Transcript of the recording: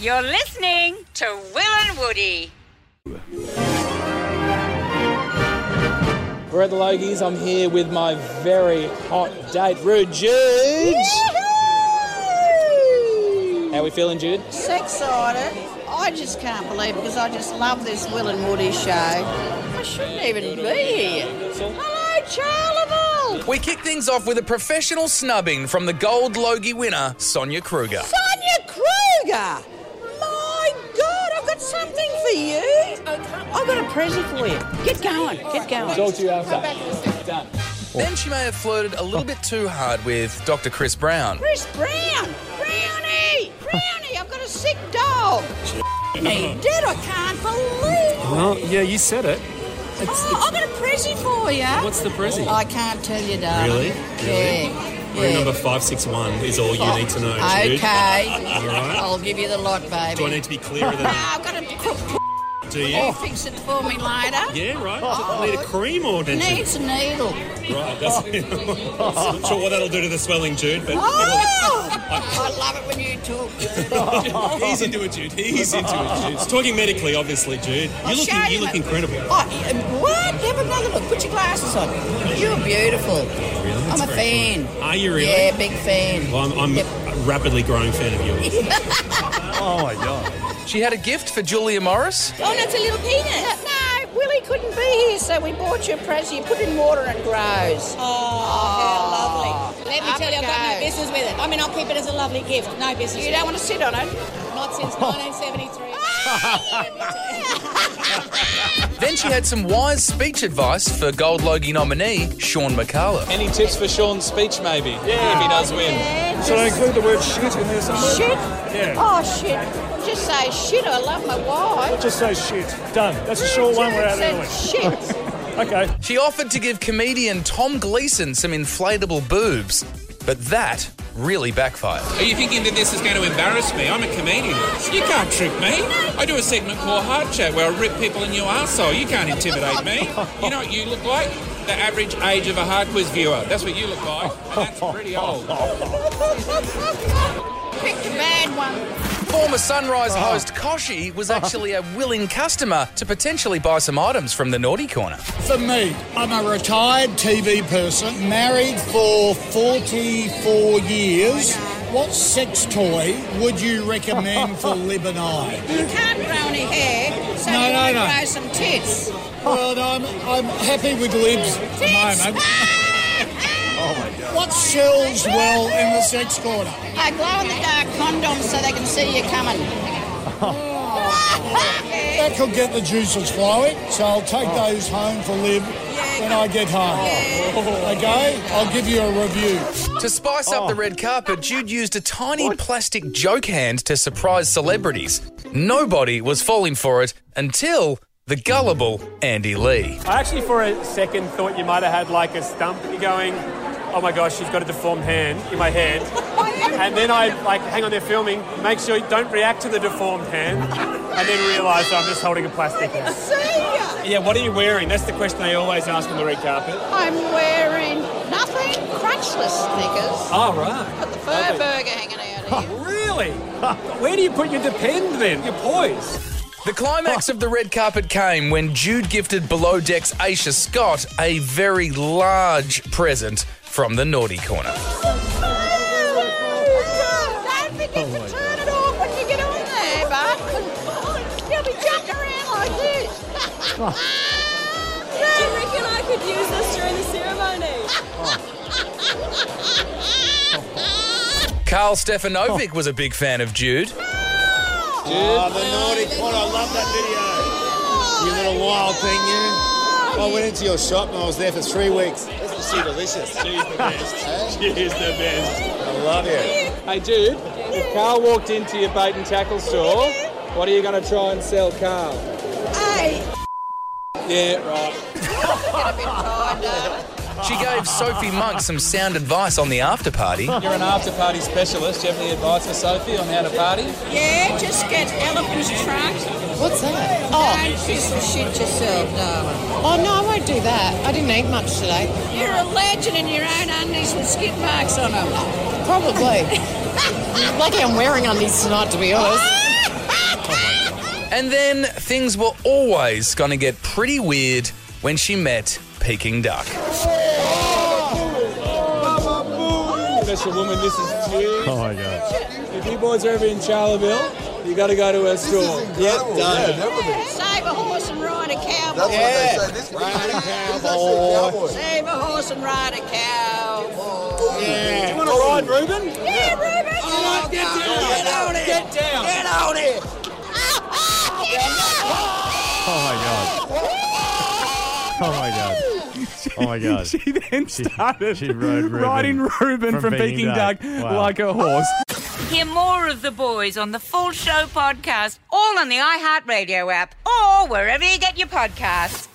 You're listening to Will and Woody. We're at the Logies. I'm here with my very hot date, Rude Jude. How we feeling, Jude? So excited. I just can't believe because I just love this Will and Woody show. I shouldn't even be here. Hello, Charleville! We kick things off with a professional snubbing from the gold Logie winner, Sonia Kruger. Sonia Kruger! My God, I've got something for you. I've got a present for you. Get going, get going. Talk to you after. Done. Then she may have flirted a little bit too hard with Dr. Chris Brown. Chris Brown! Brownie! Brownie, I've got a sick dog. He did, I can't believe it. Well, yeah, you said it. Oh, I've got a present for you. What's the prezi? I can't tell you, darling. Really? Really? Yeah. Room yeah. Oh, number 561 is all you need to know. Jude. Okay. right. I'll give you the lot, baby. Do I need to be clearer than No, that? I've got a cook. Do you? You fix it for me later. Yeah, right. Oh. Does it need a cream or did you? Needs a needle. Right, that's I'm not sure what that'll do to the swelling, Jude, but Oh! I love it when you talk. he's into it, Jude. He's into it, Jude. It's talking medically, obviously, Jude. I'll You look, show you look it. incredible. Oh, um, what? Have another look. Put your glasses on. You're beautiful. Really? I'm That's a very fan. cool. Are you really? Yeah, big fan. Well, I'm, I'm Yep. a rapidly growing fan of yours. She had a gift for Julia Morris. Oh, and it's a little penis. Uh, No, Willie couldn't be here, so we bought you a present. You put it in water and it grows. Oh, how lovely. Let me tell you, I've got no business with it. I mean, I'll keep it as a lovely gift. No business. You don't want to sit on it. Oh. Ah, Not since 1973. Let me tell you. Then she had some wise speech advice for Gold Logie nominee Sean McCullough. Any tips for Sean's speech, maybe? Yeah. If he does win. Should I include the word shit in this? Shit? Yeah. Oh, shit. Just say shit, I love my wife. Just say shit. Done. That's a short one. We're out of the way. Said Shit. Okay. She offered to give comedian Tom Gleason some inflatable boobs, but that really backfired. Are you thinking that this is going to embarrass me? I'm a comedian. You can't trick me. I do a segment called Hard Chat where I rip people a new arsehole. You can't intimidate me. You know what you look like? The average age of a hard quiz viewer. That's what you look like, and that's pretty old. Pick the bad one. Former Sunrise host Koshy was actually a willing customer to potentially buy some items from the naughty corner. For me, I'm a retired TV person, married for 44 years. What sex toy would you recommend for Lib and I? You can't grow any hair, so No, you no, want to no. grow some tits. Well, I'm, I'm happy with Lib's at Tits! the moment. Oh What sells well in the sex corner? I glow in the dark condoms so they can see you coming. That could get the juices flowing, so I'll take those home for Lib when I get home. Okay? I'll give you a review. To spice up the red carpet, Jude used a tiny plastic joke hand to surprise celebrities. Nobody was falling for it until the gullible Andy Lee. I actually, for a second, thought you might have had like a stump. You're going, oh my gosh, she's got a deformed hand in my head. And then I like, hang on, they're filming. Make sure you don't react to the deformed hand. And then realise I'm just holding a plastic hand. See ya. Yeah, what are you wearing? That's the question I always ask on the red carpet. I'm wearing nothing, crutchless sneakers. Oh, right. Got the fur burger hanging out of here. Really? Where do you put your depend then? Your poise? The climax of the red carpet came when Jude gifted below decks Aisha Scott a very large present from the naughty corner. Don't forget to turn it off when you get on there, bud. You'll be jumping around like this. Do you reckon I could use this during the ceremony? Carl Stefanovic was a big fan of Jude. Oh, the naughty corner. I love that video. You little wild thing, you. I went into your shop and I was there for three weeks. This is she delicious. She's the best. Eh? She is the best. I love you. Hey, Jude. If Carl walked into your bait and tackle store, what are you going to try and sell Carl? Hey, Yeah, right. get a bit tired, darling. She gave Sophie Monk some sound advice on the after party. You're an after-party specialist. Do you have any advice for Sophie on how to party? Yeah, just get elephant's trunk. What's that? Oh, Don't piss and shit yourself, darling. oh no, I won't do that. I didn't eat much today. You're a legend in your own undies with skid marks on them. Probably. Lucky I'm wearing undies tonight, to be honest. And then things were always going to get pretty weird when she met Peking Duck. Special woman, this is huge. Oh my god. If you boys are ever in Charleville, you got to go to her store. Yep, done. Save a horse and ride a cow. That's what they say. boy. This- Ride a actually cow. cowboy. Save a horse and ride a cow. Do you want to ride, Reuben? Yeah, Ruben. Oh, get down. Get on it. Get down. Get on it. Oh my god. Oh my god. Oh my god. she then started she rode Reuben riding Reuben from, from Peking Peking Duck, Duck. Wow. like a horse. Hear more of the boys on the Full Show podcast, all on the iHeartRadio app or wherever you get your podcasts.